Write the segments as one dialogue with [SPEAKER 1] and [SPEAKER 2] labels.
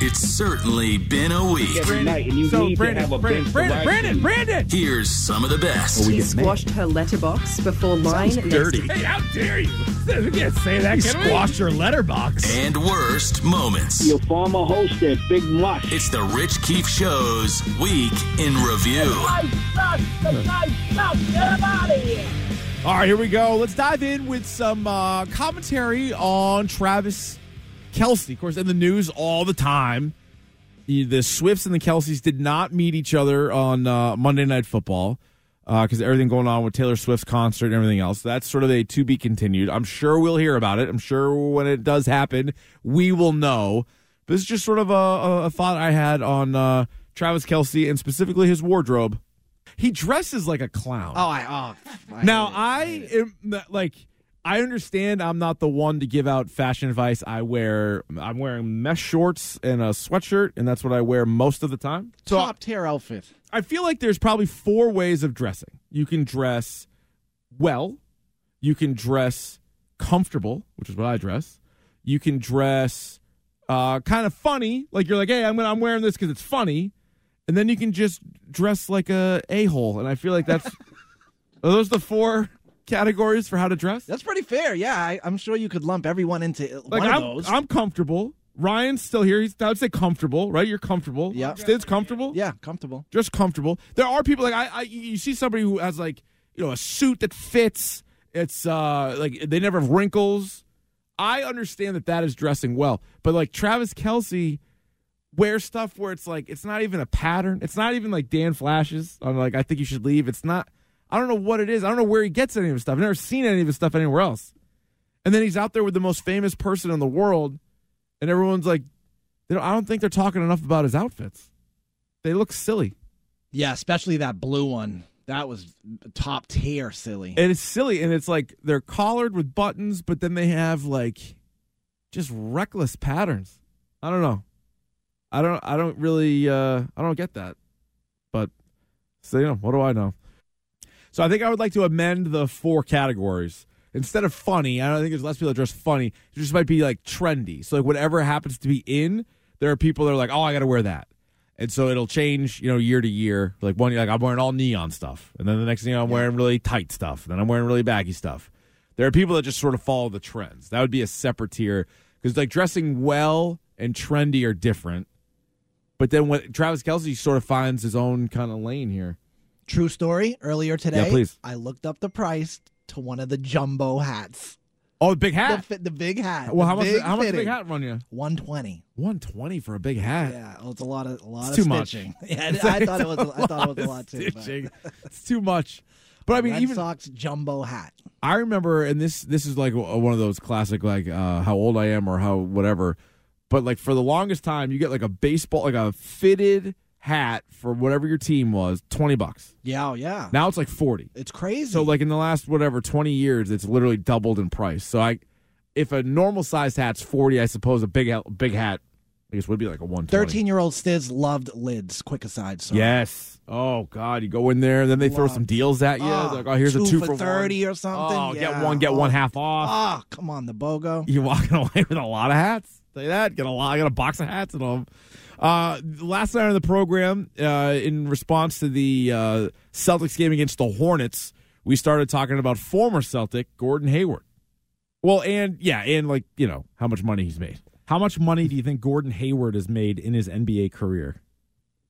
[SPEAKER 1] It's certainly been a week.
[SPEAKER 2] every
[SPEAKER 3] Brandon.
[SPEAKER 2] night, and you
[SPEAKER 3] So,
[SPEAKER 2] need
[SPEAKER 3] Brandon,
[SPEAKER 2] to have a
[SPEAKER 3] Brandon,
[SPEAKER 2] bench
[SPEAKER 3] Brandon,
[SPEAKER 2] to
[SPEAKER 3] Brandon,
[SPEAKER 2] you.
[SPEAKER 3] Brandon.
[SPEAKER 1] Here's some of the best.
[SPEAKER 4] He
[SPEAKER 5] get
[SPEAKER 4] squashed her letterbox before lying next to dirty.
[SPEAKER 3] Hey, how dare you? We can't say that.
[SPEAKER 4] You
[SPEAKER 3] can we?
[SPEAKER 4] squashed your letterbox.
[SPEAKER 1] and worst moments.
[SPEAKER 2] Your former host there, Big Mush.
[SPEAKER 1] It's the Rich Keefe Show's Week in Review.
[SPEAKER 4] All right, here we go. Let's dive in with some uh, commentary on Travis Kelsey. Of course, in the news all the time. The, the Swifts and the Kelseys did not meet each other on uh, Monday Night Football because everything going on with Taylor Swift's concert and everything else. That's sort of a to be continued. I'm sure we'll hear about it. I'm sure when it does happen, we will know. But this is just sort of a, a, a thought I had on uh, Travis Kelsey and specifically his wardrobe. He dresses like a clown.
[SPEAKER 6] Oh, I oh.
[SPEAKER 4] Now I am not- like I understand I'm not the one to give out fashion advice. I wear I'm wearing mesh shorts and a sweatshirt and that's what I wear most of the time. So
[SPEAKER 6] top tier outfit.
[SPEAKER 4] I feel like there's probably four ways of dressing. You can dress well, you can dress comfortable, which is what I dress. You can dress uh, kind of funny, like you're like, hey, I'm gonna, I'm wearing this because it's funny, and then you can just dress like a a hole. And I feel like that's are those the four categories for how to dress.
[SPEAKER 6] That's pretty fair. Yeah, I, I'm sure you could lump everyone into
[SPEAKER 4] like
[SPEAKER 6] one
[SPEAKER 4] I'm,
[SPEAKER 6] of those.
[SPEAKER 4] I'm comfortable. Ryan's still here. He's I would say comfortable, right? You're comfortable.
[SPEAKER 6] Yeah.
[SPEAKER 4] Stid's comfortable.
[SPEAKER 6] yeah, comfortable.
[SPEAKER 4] just comfortable. There are people like I, I you see somebody who has like you know a suit that fits. It's uh like they never have wrinkles. I understand that that is dressing well, but like Travis Kelsey wears stuff where it's like it's not even a pattern. It's not even like Dan Flashes. I'm like I think you should leave. It's not. I don't know what it is. I don't know where he gets any of his stuff. I've never seen any of his stuff anywhere else. And then he's out there with the most famous person in the world, and everyone's like, they don't, I don't think they're talking enough about his outfits. They look silly.
[SPEAKER 6] Yeah, especially that blue one. That was top tier silly.
[SPEAKER 4] And it's silly, and it's like they're collared with buttons, but then they have like just reckless patterns. I don't know. I don't. I don't really. Uh, I don't get that. But so you know, what do I know? So I think I would like to amend the four categories. Instead of funny, I don't think there's less people that dress funny. It just might be like trendy. So like whatever happens to be in, there are people that are like, oh, I got to wear that. And so it'll change, you know, year to year. Like one year, like I'm wearing all neon stuff, and then the next thing I'm wearing really tight stuff, and then I'm wearing really baggy stuff. There are people that just sort of follow the trends. That would be a separate tier because like dressing well and trendy are different. But then when Travis Kelsey sort of finds his own kind of lane here.
[SPEAKER 6] True story. Earlier today,
[SPEAKER 4] please.
[SPEAKER 6] I looked up the price to one of the jumbo hats.
[SPEAKER 4] Oh, the big
[SPEAKER 6] The,
[SPEAKER 4] hat.
[SPEAKER 6] fit, the big hat.
[SPEAKER 4] well,
[SPEAKER 6] the
[SPEAKER 4] how much?
[SPEAKER 6] Big
[SPEAKER 4] How much did the big
[SPEAKER 6] fitting.
[SPEAKER 4] hat run you?
[SPEAKER 6] 120.
[SPEAKER 4] One twenty for a big hat.
[SPEAKER 6] Yeah, well, it's a lot of a lot
[SPEAKER 4] It's too
[SPEAKER 6] of
[SPEAKER 4] much.
[SPEAKER 6] stitching. Yeah, I, I thought it was. a- I thought it was a lot too. but-
[SPEAKER 4] Stitching. It's too much. But I mean,
[SPEAKER 6] Red
[SPEAKER 4] even
[SPEAKER 6] Sox jumbo hat.
[SPEAKER 4] I remember, and this this is like w- one of those classic, like uh, how old I am or how whatever. But like for the longest time, you get like a baseball, like a fitted hat for whatever your team was, twenty bucks.
[SPEAKER 6] Yeah, oh, yeah.
[SPEAKER 4] Now it's like forty.
[SPEAKER 6] it's crazy.
[SPEAKER 4] So like in the last whatever twenty years, it's literally doubled in price. So I, if a normal sized hat's forty, I suppose a big hat- big hat, I guess would be like a one twenty.
[SPEAKER 6] Thirteen-year-old Stiz loved lids. Quick aside. So.
[SPEAKER 4] Yes. Oh God, you go in there, and then they throw
[SPEAKER 6] Wow.
[SPEAKER 4] some deals at you.
[SPEAKER 6] Ah,
[SPEAKER 4] They're like, oh, here's a two for, one.
[SPEAKER 6] thirty or something.
[SPEAKER 4] Oh,
[SPEAKER 6] Yeah.
[SPEAKER 4] get one, get one half off.
[SPEAKER 6] Ah, come on, the bogo.
[SPEAKER 4] you're walking away with a lot of hats. Say that. Get a lot. Got a box of hats and all. of 'em. Uh, last night on the program, uh, in response to the uh, Celtics game against the Hornets, we started talking about former Celtic Gordon Hayward. Well, and yeah, and like you know how much money he's made. How much money do you think Gordon Hayward has made in his NBA career?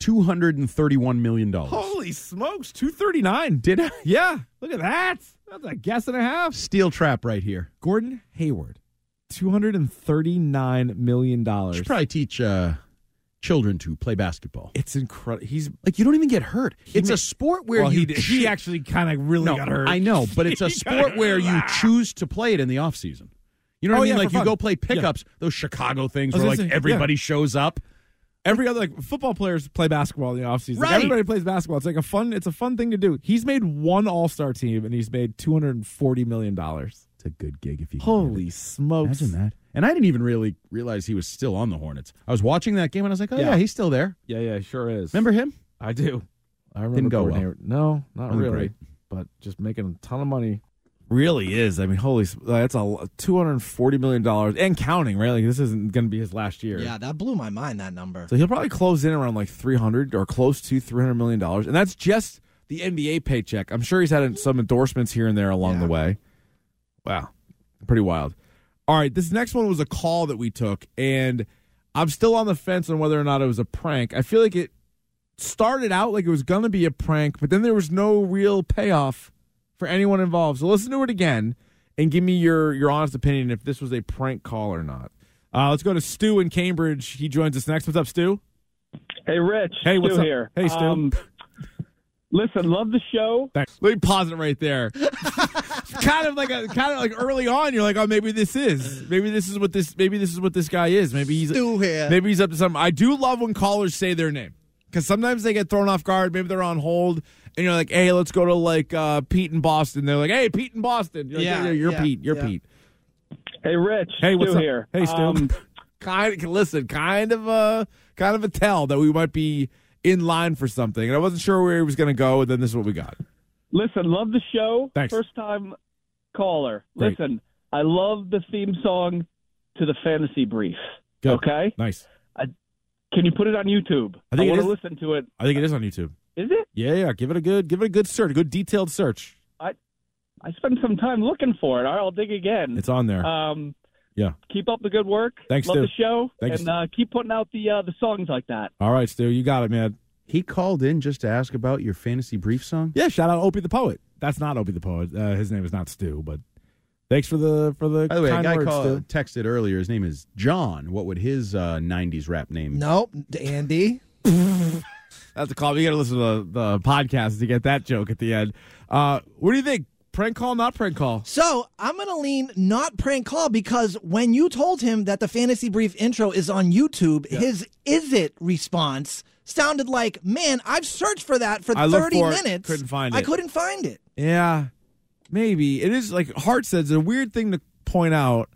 [SPEAKER 3] Two hundred and thirty-one million dollars.
[SPEAKER 4] Holy smokes, two thirty nine. Did I? Yeah, look at that. That's a guess and a half.
[SPEAKER 3] Steel trap right here.
[SPEAKER 4] Gordon Hayward, two hundred and thirty nine million dollars.
[SPEAKER 3] Should probably teach uh, children to play basketball.
[SPEAKER 4] It's incredible. He's
[SPEAKER 3] Like you don't even get hurt. it's
[SPEAKER 4] ma-
[SPEAKER 3] a sport where
[SPEAKER 4] well,
[SPEAKER 3] you
[SPEAKER 4] he, did- he
[SPEAKER 3] choo-
[SPEAKER 4] actually kind of really
[SPEAKER 3] no,
[SPEAKER 4] got hurt.
[SPEAKER 3] I know, but it's a sport where you choose to play it in the off season. You know what
[SPEAKER 4] Oh,
[SPEAKER 3] I mean?
[SPEAKER 4] yeah,
[SPEAKER 3] like
[SPEAKER 4] for
[SPEAKER 3] you
[SPEAKER 4] fun.
[SPEAKER 3] go play pickups, those Chicago things
[SPEAKER 4] I was
[SPEAKER 3] where like
[SPEAKER 4] gonna say, yeah.
[SPEAKER 3] everybody shows up.
[SPEAKER 4] Every other like football players play basketball in the offseason. Like,
[SPEAKER 3] Right.
[SPEAKER 4] everybody plays basketball. It's like a fun. It's a fun thing to do. He's made one All Star team and he's made two hundred and forty million dollars.
[SPEAKER 3] It's a good gig if you can get it.
[SPEAKER 4] Holy smokes!
[SPEAKER 3] Imagine that. And I didn't even really realize he was still on the Hornets. I was watching that game and I was like, oh, yeah,
[SPEAKER 4] Yeah.
[SPEAKER 3] he's still there.
[SPEAKER 4] Yeah, yeah, sure is.
[SPEAKER 3] Remember him?
[SPEAKER 4] I do. I remember
[SPEAKER 3] Didn't go
[SPEAKER 4] Gordon
[SPEAKER 3] well.
[SPEAKER 4] Hayward. No, not
[SPEAKER 3] Wasn't
[SPEAKER 4] really.
[SPEAKER 3] great.
[SPEAKER 4] But just making a ton of money. Really is. I mean, holy, s- that's a two hundred forty million dollars and counting. Right, like this isn't going to be his last year.
[SPEAKER 6] Yeah, that blew my mind. That number.
[SPEAKER 4] So he'll probably close in around like three hundred or close to three hundred million dollars, and that's just the NBA paycheck. I'm sure he's had some endorsements here and there along the way. Wow, pretty wild. All right, this next one was a call that we took, and I'm still on the fence on whether or not it was a prank. I feel like it started out like it was going to be a prank, but then there was no real payoff for anyone involved. So listen to it again and give me your your honest opinion if this was a prank call or not. Uh, let's go to Stu in Cambridge. He joins us next. What's up, Stu?
[SPEAKER 2] Hey, Rich.
[SPEAKER 4] Hey, what's
[SPEAKER 2] Stu
[SPEAKER 4] up?
[SPEAKER 2] here. Um,
[SPEAKER 4] Hey, Stu.
[SPEAKER 2] listen, love the show.
[SPEAKER 4] Thanks. Let me pause it right there. kind of like a kind of like early on, you're like, oh, maybe this is, maybe this is what this, maybe this is what this guy is. Maybe he's
[SPEAKER 6] Stu here.
[SPEAKER 4] Maybe he's up to something. I do love when callers say their name because sometimes they get thrown off guard. Maybe they're on hold, and you're like, hey, let's go to like uh, Pete in Boston. They're like, hey, Pete in Boston. You're like,
[SPEAKER 6] Yeah,
[SPEAKER 4] yeah, you're
[SPEAKER 6] yeah,
[SPEAKER 4] Pete. You're
[SPEAKER 6] yeah.
[SPEAKER 4] Pete.
[SPEAKER 2] Hey, Rich.
[SPEAKER 4] Hey, what's
[SPEAKER 2] Stu
[SPEAKER 4] up?
[SPEAKER 2] here.
[SPEAKER 4] Hey, Stu.
[SPEAKER 2] Um,
[SPEAKER 4] kind listen, kind of a kind of a tell that we might be in line for something, and I wasn't sure where he was going to go, and then this is what we got.
[SPEAKER 2] listen, love the show.
[SPEAKER 4] Thanks.
[SPEAKER 2] First time caller.
[SPEAKER 4] Great.
[SPEAKER 2] Listen, I love the theme song to the fantasy brief.
[SPEAKER 4] Good.
[SPEAKER 2] Okay?
[SPEAKER 4] Nice.
[SPEAKER 2] Can you put it on YouTube?
[SPEAKER 4] I think it
[SPEAKER 2] want
[SPEAKER 4] is-
[SPEAKER 2] to listen to it.
[SPEAKER 4] I think it is on YouTube.
[SPEAKER 2] Is it?
[SPEAKER 4] Yeah, yeah. Give it a good, give it a good search, a good detailed search.
[SPEAKER 2] I spent some time looking for it. All right, I'll dig again.
[SPEAKER 4] It's on there.
[SPEAKER 2] Um,
[SPEAKER 4] Yeah.
[SPEAKER 2] Keep up the good work.
[SPEAKER 4] Thanks,
[SPEAKER 2] Love
[SPEAKER 4] Stu.
[SPEAKER 2] the show.
[SPEAKER 4] Thanks.
[SPEAKER 2] and uh, keep putting out the uh, the songs like that.
[SPEAKER 4] All right, Stu, you got it, man.
[SPEAKER 3] He called in just to ask about your fantasy brief song.
[SPEAKER 4] Yeah, shout out Opie the poet. That's not Opie the poet. Uh, his name is not Stu, but thanks for the for the.
[SPEAKER 3] By the way,
[SPEAKER 4] kind
[SPEAKER 3] a guy
[SPEAKER 4] words, Stu.
[SPEAKER 3] called, texted earlier. His name is John. What would his uh, '90s rap name?
[SPEAKER 6] Nope, Andy.
[SPEAKER 4] That's a call. You got to listen to the, the podcast to get that joke at the end. Uh, what do you think? Prank call, not prank call?
[SPEAKER 6] So I'm gonna lean not prank call because when you told him that the fantasy brief intro is on YouTube, his is it response sounded like, "Man, I've searched for that for
[SPEAKER 4] I looked
[SPEAKER 6] 30
[SPEAKER 4] for it,
[SPEAKER 6] minutes.
[SPEAKER 4] couldn't find
[SPEAKER 6] I
[SPEAKER 4] it."
[SPEAKER 6] couldn't find it.
[SPEAKER 4] Yeah, maybe it is like Hart said. It's a weird thing to point out.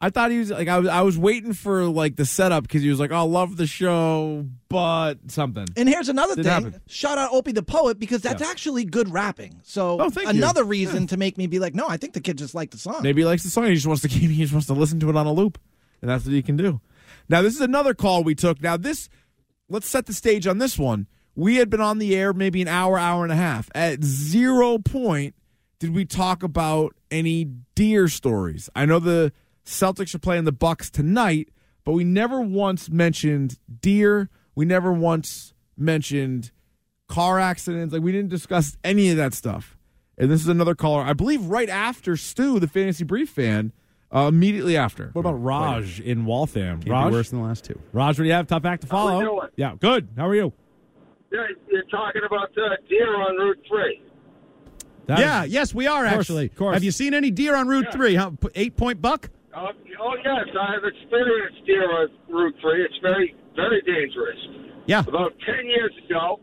[SPEAKER 4] I thought he was like I was I was waiting for like the setup because he was like, "Oh, "I love the show," but something.
[SPEAKER 6] And here's another
[SPEAKER 4] Didn't
[SPEAKER 6] thing.
[SPEAKER 4] happen.
[SPEAKER 6] Shout out Opie the poet because that's actually good rapping. So
[SPEAKER 4] Oh, thank you.
[SPEAKER 6] another reason to make me be like, no, I think the kid just liked the song.
[SPEAKER 4] Maybe he likes the song. He just wants to keep. He just wants to listen to it on a loop, and that's what he can do. Now, this is another call we took. Now, this let's set the stage on this one. We had been on the air maybe an hour, hour and a half. At zero point did we talk about any deer stories. I know the Celtics are playing the Bucks tonight, but we never once mentioned deer. We never once mentioned car accidents. Like we didn't discuss any of that stuff. And this is another caller, I believe, right after Stu, the fantasy brief fan, uh, immediately after. What about Raj in Waltham?
[SPEAKER 3] Can't be worse than the last two.
[SPEAKER 4] Raj, what do you have? Top act to follow.
[SPEAKER 5] we doing?
[SPEAKER 4] Yeah, good. How are you?
[SPEAKER 5] Yeah, you're talking about uh, deer on Route Three.
[SPEAKER 4] That is-
[SPEAKER 3] yes, we are
[SPEAKER 4] Of course, of course.
[SPEAKER 3] seen any deer on Route Three? How, eight point buck.
[SPEAKER 5] Oh, oh yes, I have experienced deer on Route Three. It's very, very dangerous.
[SPEAKER 3] Yeah.
[SPEAKER 5] About ten years ago,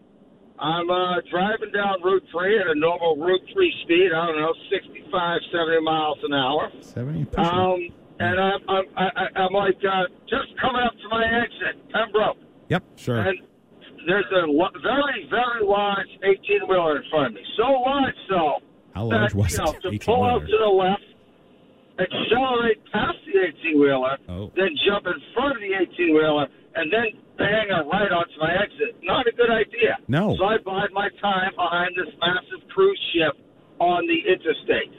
[SPEAKER 5] I'm uh, driving down Route Three at a normal Route Three speed. I don't know, 65, 70 miles an hour.
[SPEAKER 3] Seventy.
[SPEAKER 4] Uh,
[SPEAKER 3] push it.
[SPEAKER 5] Um, and I'm, I'm, I, I- I'm like, uh, just coming up to my exit, Pembroke,
[SPEAKER 4] Yep, sure.
[SPEAKER 5] and there's a lo- very, very large 18 wheeler in front of me. So large, so.
[SPEAKER 3] How large
[SPEAKER 5] that,
[SPEAKER 3] was
[SPEAKER 5] you know,
[SPEAKER 3] it?
[SPEAKER 5] To
[SPEAKER 3] 18
[SPEAKER 5] pull out
[SPEAKER 3] wheeler.
[SPEAKER 5] to the left, accelerate past the 18 wheeler,
[SPEAKER 3] Oh.
[SPEAKER 5] then jump in front of the 18 wheeler, and then bang a right onto my exit. Not a good idea.
[SPEAKER 3] No.
[SPEAKER 5] So I bide my time behind this massive cruise ship on the interstate.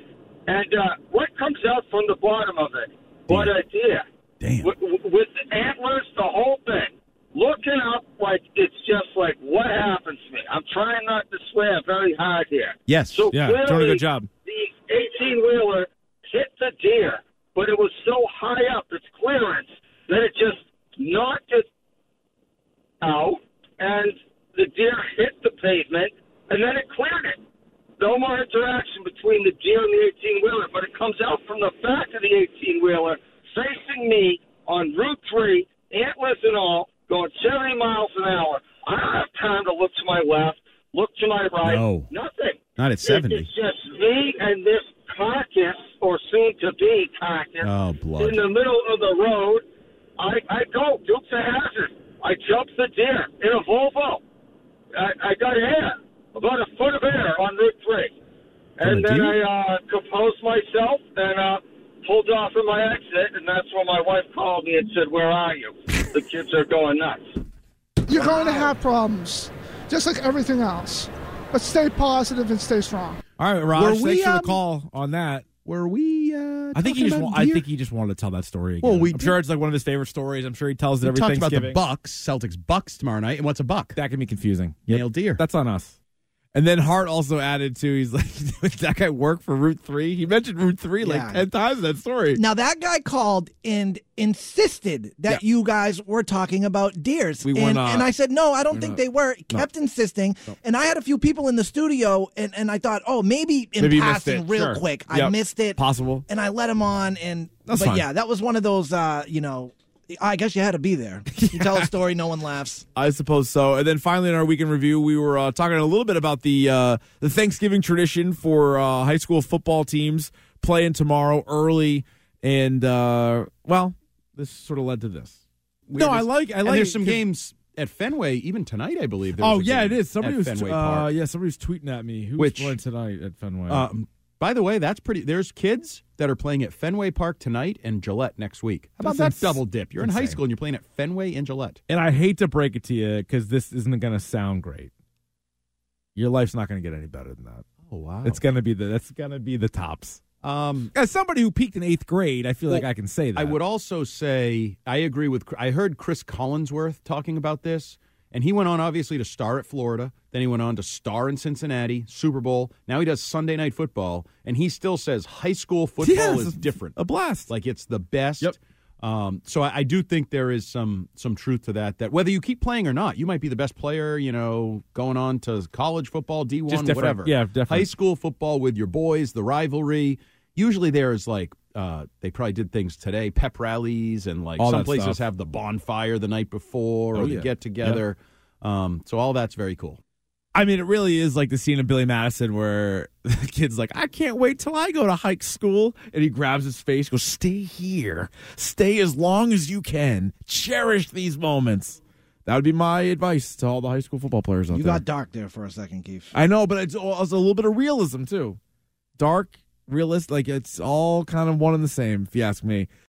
[SPEAKER 5] And uh, what comes out from the bottom of it? What a deer.
[SPEAKER 3] Damn.
[SPEAKER 5] With, with the antlers, the whole thing. Looking up like it's just like, what happened to me? I'm trying not to swear very hard here.
[SPEAKER 3] Yes.
[SPEAKER 5] So
[SPEAKER 4] Yeah,
[SPEAKER 5] clearly,
[SPEAKER 4] doing a good job.
[SPEAKER 5] The 18 wheeler hit the deer, but it was so high up, its clearance, that it just knocked it out, and the deer hit the pavement, and then it cleared it. No more interaction between the deer and the 18 wheeler, but it comes out from the back of the 18 wheeler, facing me on Route 3, antlers and all, going 70 miles an hour. I don't have time to look to my left, look to my right,
[SPEAKER 3] No.
[SPEAKER 5] nothing.
[SPEAKER 3] Not at
[SPEAKER 5] It-
[SPEAKER 3] 70.
[SPEAKER 5] It's just me and this carcass, or soon to be carcass,
[SPEAKER 3] Oh, blood.
[SPEAKER 5] in the middle of the road. I, I go, Dukes of Hazard. I jump the deer in a Volvo. I, I got air, about a foot of air on Route 3. And
[SPEAKER 3] the
[SPEAKER 5] then
[SPEAKER 3] deer?
[SPEAKER 5] I uh, composed myself and uh, pulled off in my exit, and that's when my wife called me and said, "Where are you? The kids are going nuts."
[SPEAKER 7] You're going to have problems, just like everything else. But stay positive and stay strong.
[SPEAKER 4] All right, Raj.
[SPEAKER 3] Were
[SPEAKER 4] thanks
[SPEAKER 3] we,
[SPEAKER 4] for the
[SPEAKER 3] um,
[SPEAKER 4] call on that.
[SPEAKER 3] Were we? Uh,
[SPEAKER 4] I think he
[SPEAKER 3] talking
[SPEAKER 4] just.
[SPEAKER 3] about
[SPEAKER 4] Wa- I
[SPEAKER 3] deer?
[SPEAKER 4] think he just wanted to tell that story. Again.
[SPEAKER 3] Well, we
[SPEAKER 4] I'm
[SPEAKER 3] did-
[SPEAKER 4] sure it's like one of his favorite stories. I'm sure he tells it
[SPEAKER 3] we
[SPEAKER 4] every
[SPEAKER 3] talked about the
[SPEAKER 4] Thanksgiving.
[SPEAKER 3] Bucks, Celtics Bucks tomorrow night, and what's a buck?
[SPEAKER 4] that can be confusing. Yep.
[SPEAKER 3] Nailed deer.
[SPEAKER 4] That's on us. And then Hart also added too. He's like, "Does that guy work for Route Three? He mentioned Route Three
[SPEAKER 6] Yeah.
[SPEAKER 4] like ten times in that story.
[SPEAKER 6] Now that guy called and insisted that you guys were talking about deers.
[SPEAKER 4] We were
[SPEAKER 6] and,
[SPEAKER 4] not.
[SPEAKER 6] and I said no, I don't think they were. He kept insisting, and I had a few people in the studio, and, and I thought, oh, maybe in
[SPEAKER 4] Maybe you missed
[SPEAKER 6] passing,
[SPEAKER 4] it.
[SPEAKER 6] real
[SPEAKER 4] Sure.
[SPEAKER 6] quick, I
[SPEAKER 4] Yep.
[SPEAKER 6] missed it,
[SPEAKER 4] Possible.
[SPEAKER 6] and I let him on, and
[SPEAKER 4] That's
[SPEAKER 6] but
[SPEAKER 4] fine.
[SPEAKER 6] yeah, that was one of those, uh, you know, I guess you had to be there. You tell a story, no one laughs.
[SPEAKER 4] I suppose so. And then finally, in our weekend review, we were uh, talking a little bit about the uh, the Thanksgiving tradition for uh, high school football teams playing tomorrow early, and uh, well, this sort of led to this. We
[SPEAKER 3] no,
[SPEAKER 4] were
[SPEAKER 3] I
[SPEAKER 4] just-
[SPEAKER 3] like. I
[SPEAKER 4] and
[SPEAKER 3] like.
[SPEAKER 4] there's some
[SPEAKER 3] games at Fenway even tonight, I believe.
[SPEAKER 4] Oh yeah, it is. Somebody was uh, yeah, somebody was tweeting at me. Who's
[SPEAKER 3] Which-
[SPEAKER 4] playing tonight at Fenway?
[SPEAKER 3] Um, by the way, that's pretty. There's kids that are playing at Fenway Park tonight and Gillette next week. How about
[SPEAKER 4] That's
[SPEAKER 3] that
[SPEAKER 4] ins-
[SPEAKER 3] double dip? You're in high
[SPEAKER 4] insane.
[SPEAKER 3] school and you're playing at Fenway and Gillette.
[SPEAKER 4] and I hate to break it to you because this isn't going to sound great. Your life's not going to get any better than that.
[SPEAKER 3] Oh wow!
[SPEAKER 4] It's going to be the that's going to be the tops.
[SPEAKER 3] um,
[SPEAKER 4] As somebody who peaked in eighth grade, I feel like
[SPEAKER 3] Well,
[SPEAKER 4] I can say that.
[SPEAKER 3] I would also say I agree with. I heard Chris Collinsworth talking about this, and he went on obviously to star at Florida. Then he went on to star in Cincinnati, Super Bowl. Now he does Sunday Night Football, and he still says high school football
[SPEAKER 4] Yes,
[SPEAKER 3] is different.
[SPEAKER 4] A blast.
[SPEAKER 3] Like it's the best.
[SPEAKER 4] Yep.
[SPEAKER 3] Um, so I, I do think there is some some truth to that. That whether you keep playing or not, you might be the best player. You know, going on to college football, D
[SPEAKER 4] Just
[SPEAKER 3] one,
[SPEAKER 4] different.
[SPEAKER 3] whatever.
[SPEAKER 4] Yeah, different.
[SPEAKER 3] High school football with your boys, the rivalry. Usually there is like uh, they probably did things today, pep rallies, and like
[SPEAKER 4] All
[SPEAKER 3] some
[SPEAKER 4] that
[SPEAKER 3] places
[SPEAKER 4] stuff.
[SPEAKER 3] have the bonfire the night before
[SPEAKER 4] Oh,
[SPEAKER 3] or
[SPEAKER 4] yeah.
[SPEAKER 3] the get together. Um, so all that's very cool.
[SPEAKER 4] I mean, it really is like the scene of Billy Madison where the kid's like, I can't wait till I go to hike school. And he grabs his face, goes, Stay here. Stay as long as you can. Cherish these moments. That would be my advice to all the high school football players out
[SPEAKER 6] You
[SPEAKER 4] there.
[SPEAKER 6] got dark there for a second, Keith.
[SPEAKER 4] I know, but it's also a little bit of realism, too. Dark, realist, like it's all kind of one and the same, if you ask me.